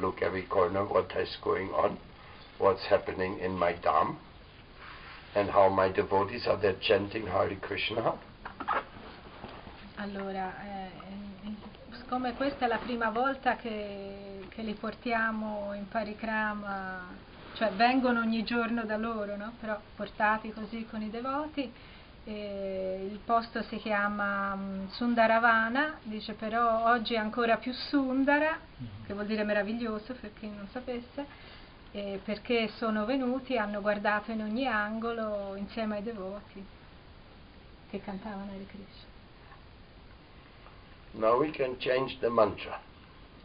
look every corner what is going on, what's happening in my dham, and how my devotees are there chanting Hare Krishna. Allora, eh, in- siccome questa è la prima volta che, che li portiamo in parikrama, cioè vengono ogni giorno da loro, no? però portati così con i devoti, eh, il posto si chiama mm, Sundaravana, dice però oggi è ancora più Sundara, che vuol dire meraviglioso per chi non sapesse, eh, perché sono venuti, hanno guardato in ogni angolo insieme ai devoti che cantavano Hare Krishna. Now we can change the mantra.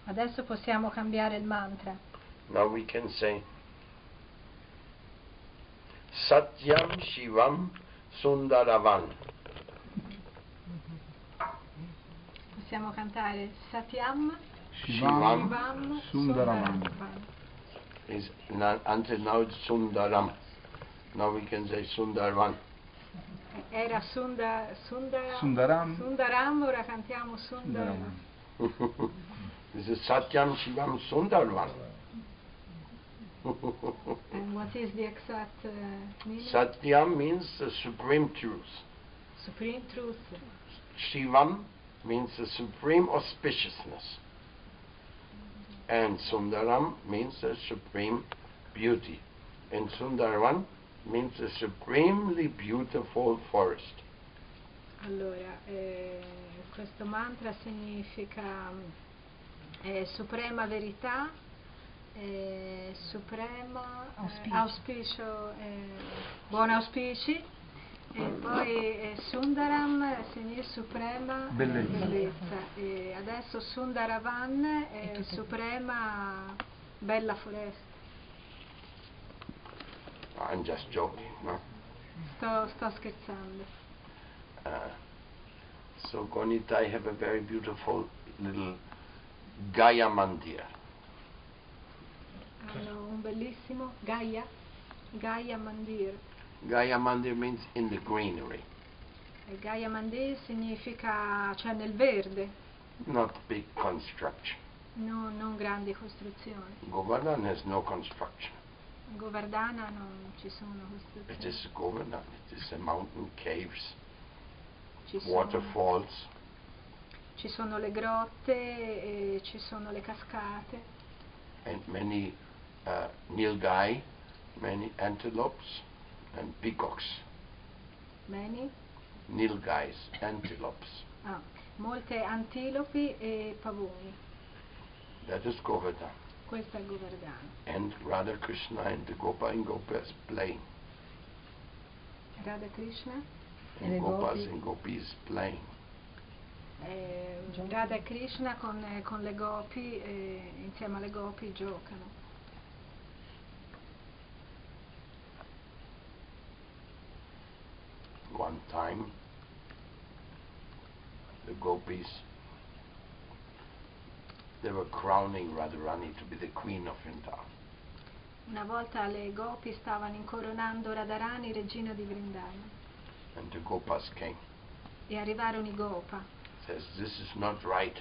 Adesso possiamo cambiare il mantra. Now we can say Satyam Shivam Sundaravan. Possiamo cantare Satyam Shivam Shivam Sundaraman. Sundaraman. is na- until now it's Sundaram. Now we can say Sundarvan. Eh, Era Sunda, Sundara- Sundaram. Sundaram, ora cantiamo Sundaram. this is Satyam Shivam Sundarvan. And what is the exact uh, meaning? Satyam means the supreme truth. Supreme Truth. Shivam means the supreme auspiciousness. And Sundaram means the supreme beauty. And Sundarvan means the supremely beautiful forest. Allora, eh, questo mantra significa mm, eh, suprema verità, eh, suprema eh, Auspicio. auspicio, eh, buon auspici, e poi eh, Sundaram significa suprema eh, Bellezza. bellezza. E adesso Sundaravan è tutto. suprema bella foresta. I'm just joking, no? Sto, sto scherzando. Uh, so Gonita, I have a very beautiful little Gaya Mandir. Hanno un bellissimo Gaia, Gaia Mandir. Gaya Mandir means in the greenery, E Gaia Mandir significa, cioè nel verde, not big construction. no- non grandi costruzioni. Govardhan has no construction. A Govardhana non ci sono It costruzioni. is Govardhan. It is a mountain, caves, Ci sono, waterfalls. ci sono le grotte, e ci sono le cascate, and many uh, nilgai, many antelopes and peacocks. many, Nilgais, antelopes. ah, molte antilopi e pavoni. That is Govardhan. Questo è il Govardhana. And Radha Krishna and the Gopa and Gopas playing. Radha Krishna, And, And the Gopas gopi- and Gopis playing. eh, Giocano. Radha e Krishna con, eh, con le gopi, eh, insieme alle gopi giocano. One time, the Gopis, they were crowning Radharani to be the queen of Vrindavan. Una volta le gopi stavano incoronando Radharani, regina di Vrindana, And the Gopas came. e arrivarono i Gopa Says, this is not right.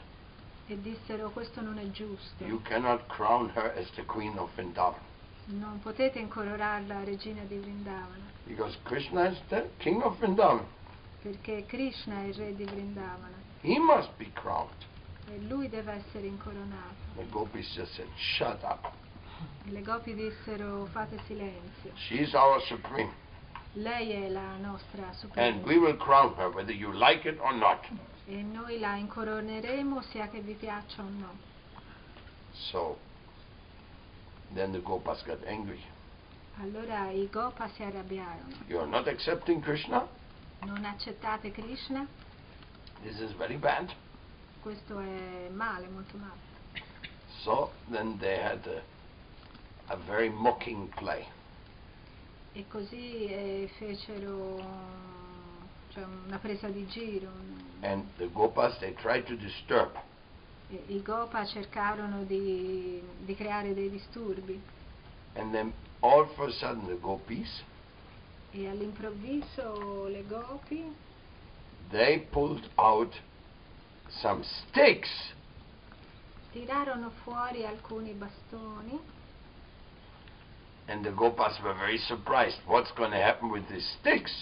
e dissero questo non è giusto, You cannot crown her as the queen of Vrindavan. non potete incoronarla regina di Vrindavana, Because Krishna is the king of Vrindavan. perché Krishna è il re di Vrindavana He must be crowned. e lui deve essere incoronato. The gopis just said, shut up. E le gopi dissero fate silenzio, She's our supreme. lei è la nostra And we suprema will crown her whether you like it or not. e noi la incoroneremo sia che vi piaccia o no. So then the gopas got angry. Allora i Gopa si arrabbiarono, You are not accepting Krishna? non accettate Krishna? This is very bad. Questo è male, molto male. So then they had a, a very mocking play. E così eh, fecero cioè, una presa di giro. un- And the gopas, they tried to disturb. e- I Gopa cercarono di, di creare dei disturbi And then all of a sudden the gopis, e all'improvviso le Gopi they pulled out some sticks tirarono fuori alcuni bastoni And the Gopas were very surprised. What's going to happen with these sticks?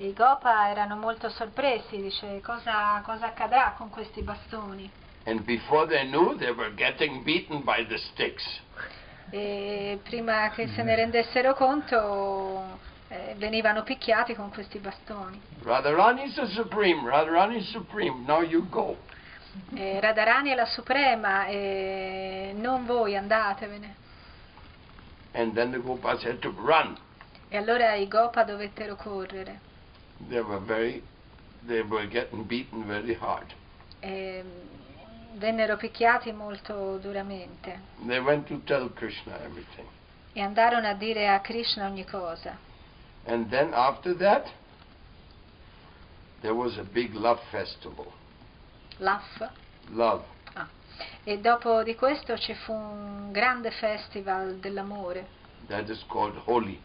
I Gopa erano molto sorpresi, dice cosa, cosa accadrà con questi bastoni. And before they knew, they were getting beaten by the sticks. E prima che se ne rendessero conto eh, venivano picchiati con questi bastoni. Radharani is the supreme. Radharani is supreme. Now you go. Eh, Radharani è la suprema e non voi andatevene. And then the Gopas had to run. E allora i Gopa dovettero correre. They were very, they were getting beaten very hard. E mm, vennero picchiati molto duramente They went to tell Krishna everything. e andarono a dire a Krishna ogni cosa. And then after that, there was a big love festival. Laff. Love. E dopo di questo ci fu un grande festival dell'amore That is called Holi.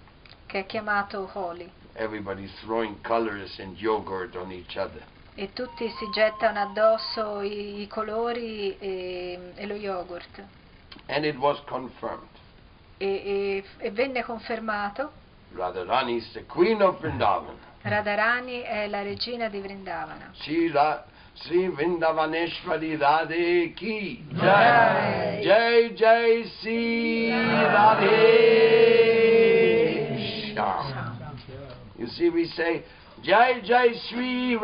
che è chiamato Holi Everybody's throwing colors and yogurt on each other. e tutti si gettano addosso i, i colori e, e lo yogurt. And it was confirmed. E, e- e venne confermato Radharani is the queen of Vrindavan. Radharani è la regina di Vrindavana. Sri, Ra- Sri Vrindavaneshwari Radhe Ki Jai. Jai Jai Sri Radhe Shyam. You see we say Jai Jai Sri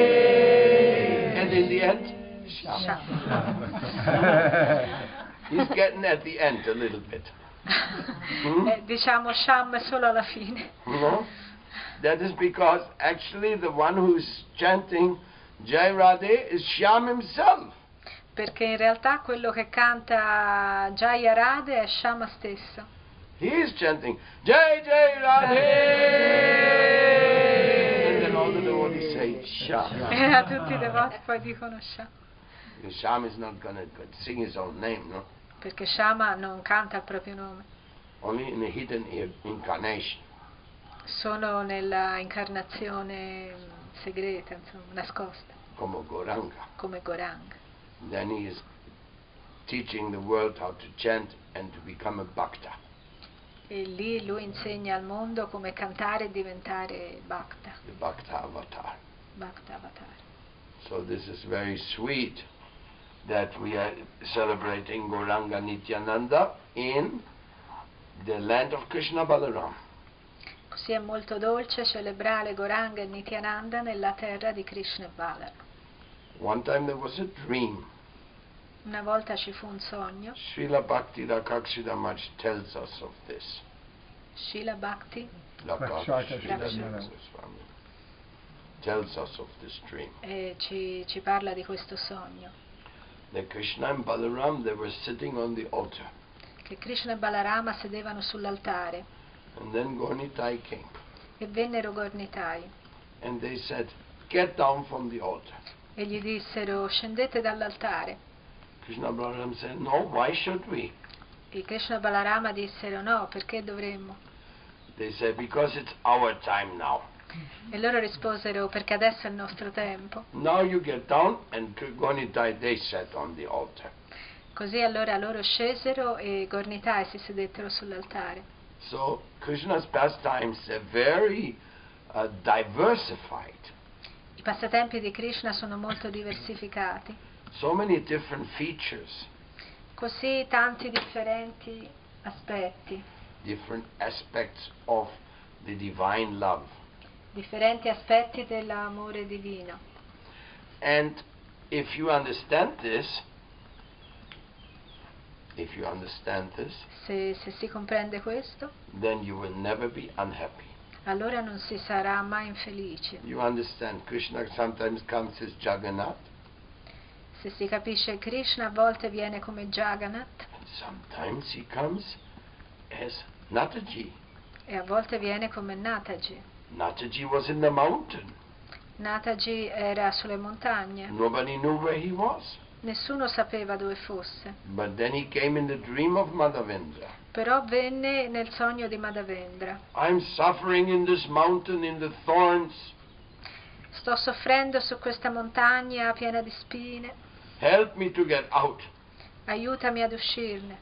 Radhe And in the end Shyam. He's getting at the end a little bit. Mm. Eh, diciamo Sham solo alla fine. You know? That is because actually the one who's chanting Jai Radhe is Shyam himself. Perché in realtà quello che canta Jaya Radhe è Shama stesso. He is chanting Jai Jai Radhe. And then all the devotees say Shyam. E a tutti i devoti poi dicono Sham. And Shyam is not going to sing his own name, no? Perché Shama non canta il proprio nome, Only in a hidden i- incarnation. solo nella incarnazione mh, segreta, insomma, nascosta, Como Goranga. come Goranga. Then he is teaching the world how to chant and to become a bhakta. E lì lui insegna al mondo come cantare e diventare Bhakta, The bhakta avatar. Bhakta Avatar. So this is very sweet that we are celebrating Goranga Nityananda in the land of Krishna Balaram. Così è molto dolce celebrare Goranga e Nityananda nella terra di Krishna e Balarama. One time there was a dream. Una volta ci fu un sogno, Srila Bhakti Rakakshidamaj tells us of this. Shila Bhakti Rakakshidamaj Swami tells us of this dream. eh, ci, ci parla di questo sogno, That Krishna and Balaram, they were sitting on the altar. che Krishna e Balarama sedevano sull'altare And then Gornitai came. e vennero Gornitai And they said, get down from the altar. e gli dissero scendete dall'altare. Krishna and Balaram said, no, why should we? E Krishna e Balarama dissero no, perché dovremmo? They said, because it's our time now. E loro risposero perché adesso è il nostro tempo. Now you get down and Gonitai, they sat on the altar. Così allora loro scesero e Gornitai si sedettero sull'altare. So Krishna's pastimes are very uh, diversified. I passatempi di Krishna sono molto diversificati, So many different features, così tanti differenti aspetti, different aspects of the divine love. differenti aspetti dell'amore divino. And if you understand this, if you understand this, Se, se si comprende questo, then you will never be unhappy. allora non si sarà mai infelici. You understand, Krishna sometimes comes as Jagannath. Se si capisce Krishna a volte viene come Jagannath Sometimes he comes as Nataji. e a volte viene come Nataji. Nataji was in the mountain. Nataji era sulle montagne, Nobody knew where he was. nessuno sapeva dove fosse, But then he came in the dream of Madhavendra. però venne nel sogno di Madhavendra. I'm suffering in this mountain in the thorns. Sto soffrendo su questa montagna piena di spine. help me to get out. aiutami ad uscirne.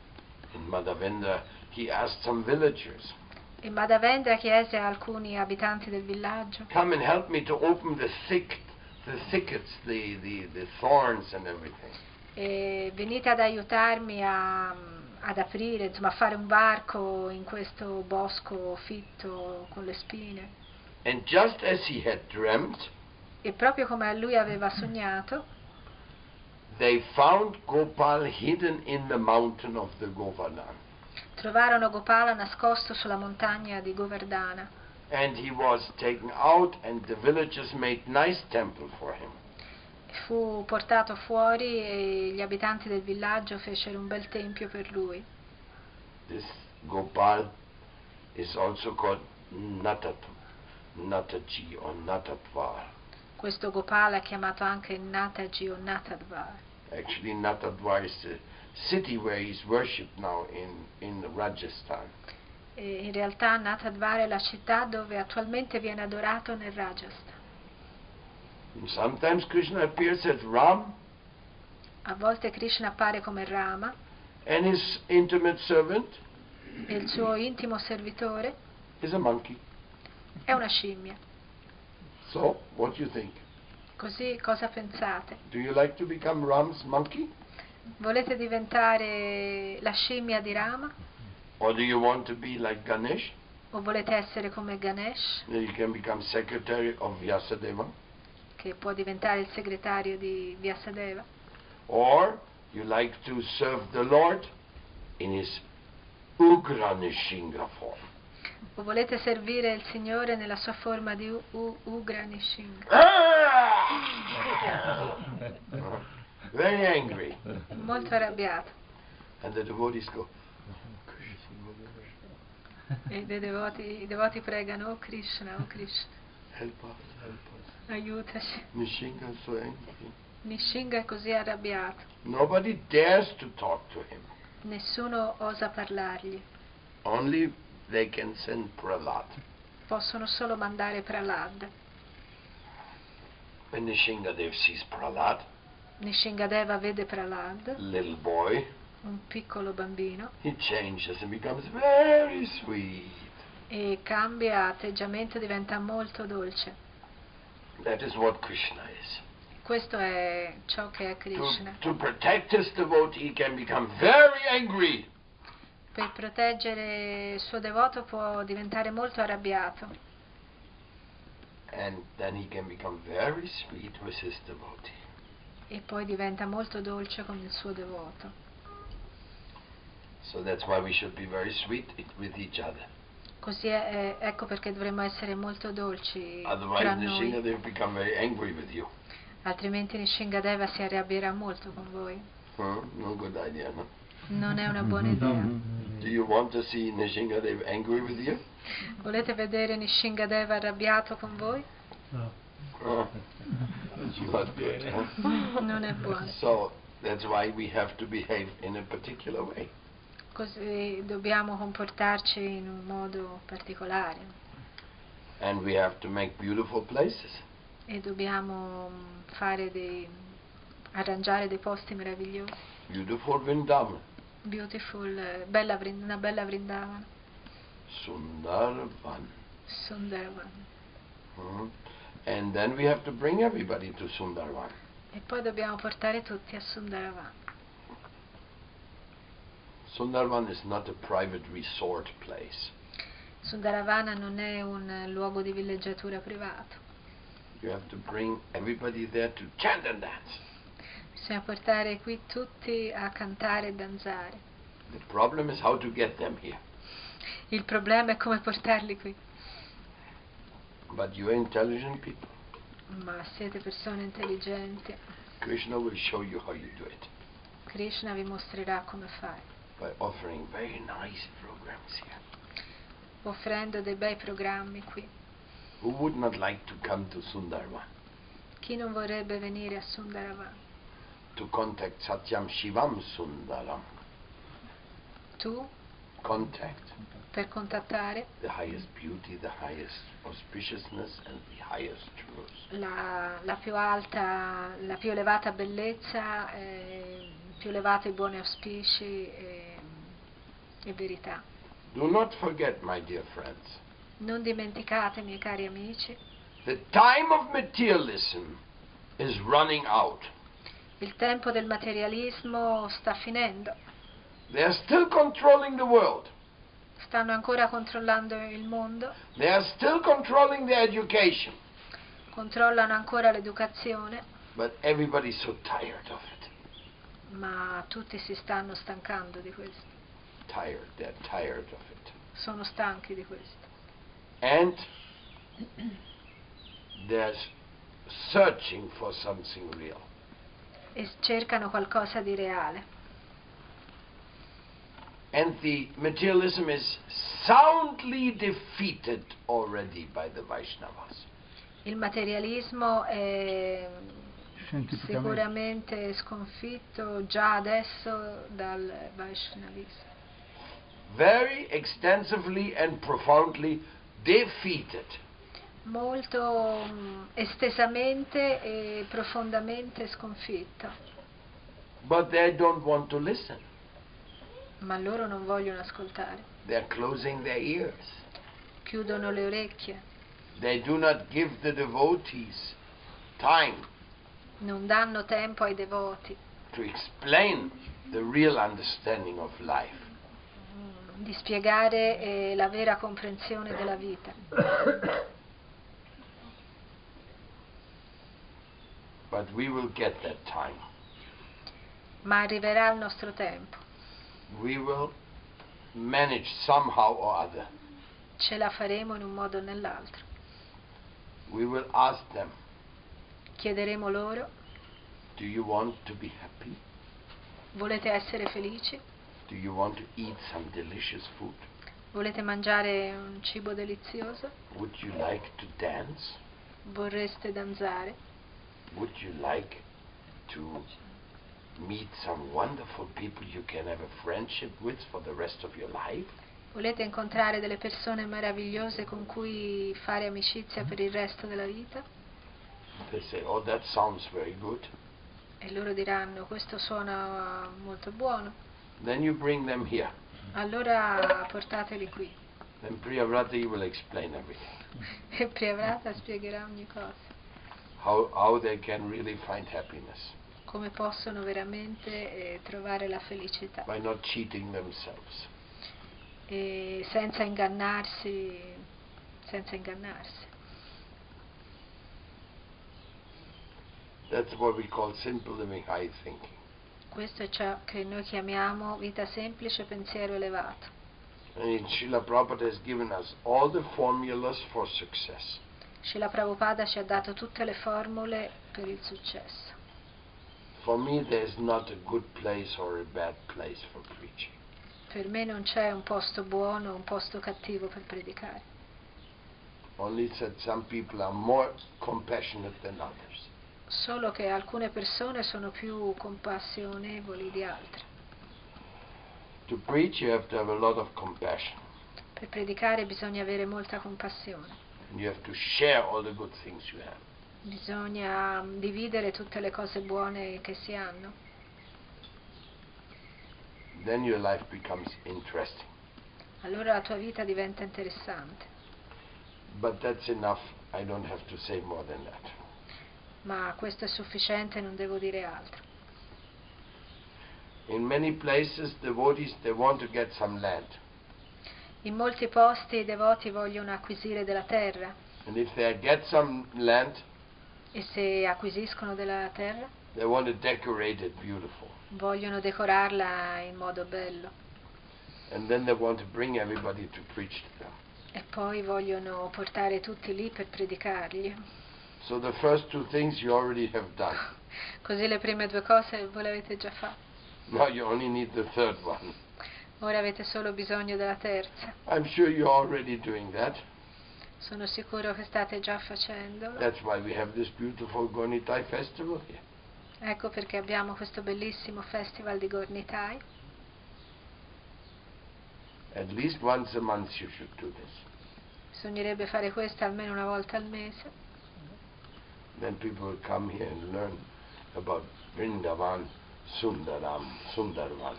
And Madhavendra, he asked some villagers, E Madhavendra chiese a alcuni abitanti del villaggio, come and help me to open the thick, the thickets, the, the, the thorns and everything. e venite ad aiutarmi a- ad aprire, insomma a fare un varco in questo bosco fitto con le spine. And just as he had dreamt, E proprio come a lui aveva sognato, they found Gopal hidden in the mountain of the Govardhan. trovarono Gopala nascosto sulla montagna di Govardhana And he was taken out and the villagers made nice temple for him. Fu portato fuori e gli abitanti del villaggio fecero un bel tempio per lui. This Gopal is also called Natat, Nataji or Natatvar. Questo Gopala è chiamato anche Nataji o Natadvar. Actually, Natadvar is the city where he's worshipped now in, in Rajasthan. E in realtà Natadvar è la città dove attualmente viene adorato nel Rajasthan. And sometimes Krishna appears as Ram A volte Krishna appare come Rama and his intimate servant e il suo intimo servitore is a monkey. è una scimmia. So, what do you think? Così cosa pensate? Do you like to become Ram's monkey? Volete diventare la scimmia di Rama Or do you want to be like Ganesh? o volete essere come Ganesh Then you can become secretary of Vyasadeva. che può diventare il segretario di Vyasadeva? Or you like to serve the Lord in his Ugra Nishinga form. O volete servire il Signore nella sua forma di U- U- Ugra Nishinga? Very angry. Molto arrabbiato. And the devotees go, E dei devoti, i devoti pregano, oh Krishna, oh Krishna, help us, help us. aiutaci. Nishinga is so angry. Nishinga è così arrabbiato, Nobody dares to talk to him. nessuno osa parlargli. Only they can send Prahlad. Possono solo mandare Prahlad. When Nishinga Dev sees Prahlad, Nishingadeva vede Prahlad, little boy, un piccolo bambino, he changes and becomes very sweet. e cambia atteggiamento, diventa molto dolce. That is what Krishna is. Questo è ciò che è to, Krishna. to protect his devotee, he can become very angry. Per proteggere il suo devoto può diventare molto arrabbiato. And then he can become very sweet with his devotee. e poi diventa molto dolce con il suo devoto. So that's why we should be very sweet i- with each other. Così è- è- ecco perché dovremmo essere molto dolci Otherwise, tra Nishinga, noi, they become very angry with you. altrimenti Nishingadeva si arrabbierà molto con voi. Huh? No good idea, no? Non è una buona idea. Do you want to see Nishinga, they angry with you? Volete vedere Nishingadeva arrabbiato con voi? Huh? Not good. huh? Non è buono. So that's why we have to behave in a particular way. Così dobbiamo comportarci in un modo particolare And we have to make beautiful places. e dobbiamo mm, fare dei, arrangiare dei posti meravigliosi. Beautiful Vrindavan. Beautiful, eh, bella Vrin- una bella Vrindavana, Sundarvan. Sundarvan. Mhm. And then we have to bring everybody to Sundarvan. E poi dobbiamo portare tutti a Sundaravana. Sundarvan is not a private resort place. Sundaravana non è un eh, luogo di villeggiatura privato. You have to bring everybody there to chant and dance. Bisogna portare qui tutti a cantare e danzare. The problem is how to get them here. Il problema è come portarli qui. But you're intelligent people. Ma siete persone intelligenti. Krishna will show you how you do it Krishna vi mostrerà come fare, by offering very nice programs here. offrendo dei bei programmi qui. Who would not like to come to Sundarvan? Chi non vorrebbe venire a Sundaravana? To contact Satyam Shivam Sundaram. Tu? contact per contattare the highest beauty, the highest auspiciousness, and the highest truth. la, la più alta, la più elevata bellezza, eh, più elevati buoni auspici e, e verità. Do not forget, my dear friends, Non dimenticate, miei cari amici, the time of materialism is running out. il tempo del materialismo sta finendo. They are still controlling the world. Stanno ancora controllando il mondo, They are still controlling the education. controllano ancora l'educazione, But everybody's so tired of it. ma tutti si stanno stancando di questo, Tired. They're tired of it. sono stanchi di questo. And they're searching for something real. e cercano qualcosa di reale. And the materialism is soundly defeated already by the Vaishnavas. Il materialismo è Scientificamente. sicuramente sconfitto già adesso dal Vaishnavismo, Very extensively and profoundly defeated. molto mm, estesamente e profondamente sconfitto, But they don't want to listen. ma loro non vogliono ascoltare, They're closing their ears. chiudono le orecchie, They do not give the devotees time non danno tempo ai devoti to explain the real understanding of life. mm, di spiegare eh, la vera comprensione della vita. But we will get that time. Ma arriverà il nostro tempo, We will manage somehow or other. ce la faremo in un modo o nell'altro. We will ask them, Chiederemo loro, do you want to be happy? volete essere felici? Do you want to eat some delicious food? Volete mangiare un cibo delizioso? Would you like to dance? Vorreste danzare? Would you like to meet some wonderful people you can have a friendship with for the rest of your life? Volete incontrare delle persone meravigliose con cui fare amicizia per il resto della vita? They say, oh, that sounds very good. E loro diranno questo suona molto buono. Then you bring them here. Allora portateli qui. Then Priyavrata will explain everything. E Priyavrata spiegherà ogni cosa. How, how they can really find happiness Come possono veramente eh, trovare la felicità. by not cheating themselves. E senza ingannarsi, senza ingannarsi. That's what we call simple living, high thinking. Questo è ciò che noi chiamiamo vita semplice, pensiero elevato. And Srila Prabhupada has given us all the formulas for success. Srila Prabhupada ci ha dato tutte le formule per il successo. For me, there's not a good place or a bad place for preaching. Per me non c'è un posto buono o un posto cattivo per predicare. Only that some people are more compassionate than others. Solo che alcune persone sono più compassionevoli di altre. To preach, you have to have a lot of compassion. Per predicare bisogna avere molta compassione. And you have to share all the good things you have. Bisogna mm, dividere tutte le cose buone che si hanno. Then your life becomes interesting. Allora la tua vita diventa interessante. But that's enough. I don't have to say more than that. Ma questo è sufficiente, non devo dire altro. In many places, devotees they want to get some land, In molti posti i devoti vogliono acquisire della terra and if they get some land, e se acquisiscono della terra they want to decorate it beautiful, vogliono decorarla in modo bello and then they want to bring everybody to preach to them. e poi vogliono portare tutti lì per predicargli. So the first two things you already have done. Così le prime due cose voi le avete già fatte, Now you only need the third one. ora avete solo bisogno della terza. I'm sure you're already doing that. Sono sicuro che state già facendolo. That's why we have this beautiful Gonitai festival here. Ecco perché abbiamo questo bellissimo festival di Gornitai. At least once a month you should do this. Bisognerebbe fare questo almeno una volta al mese, Then people will come here and learn about Vrindavan, Sundaram, Sundarvan.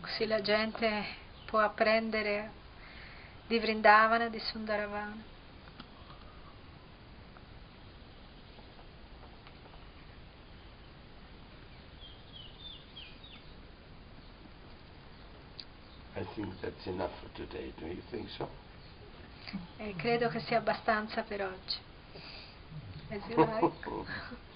così la gente può apprendere di Vrindavana, di Sundaravana. I think that's enough for today. Do you think so? E credo che sia abbastanza per oggi. As you like.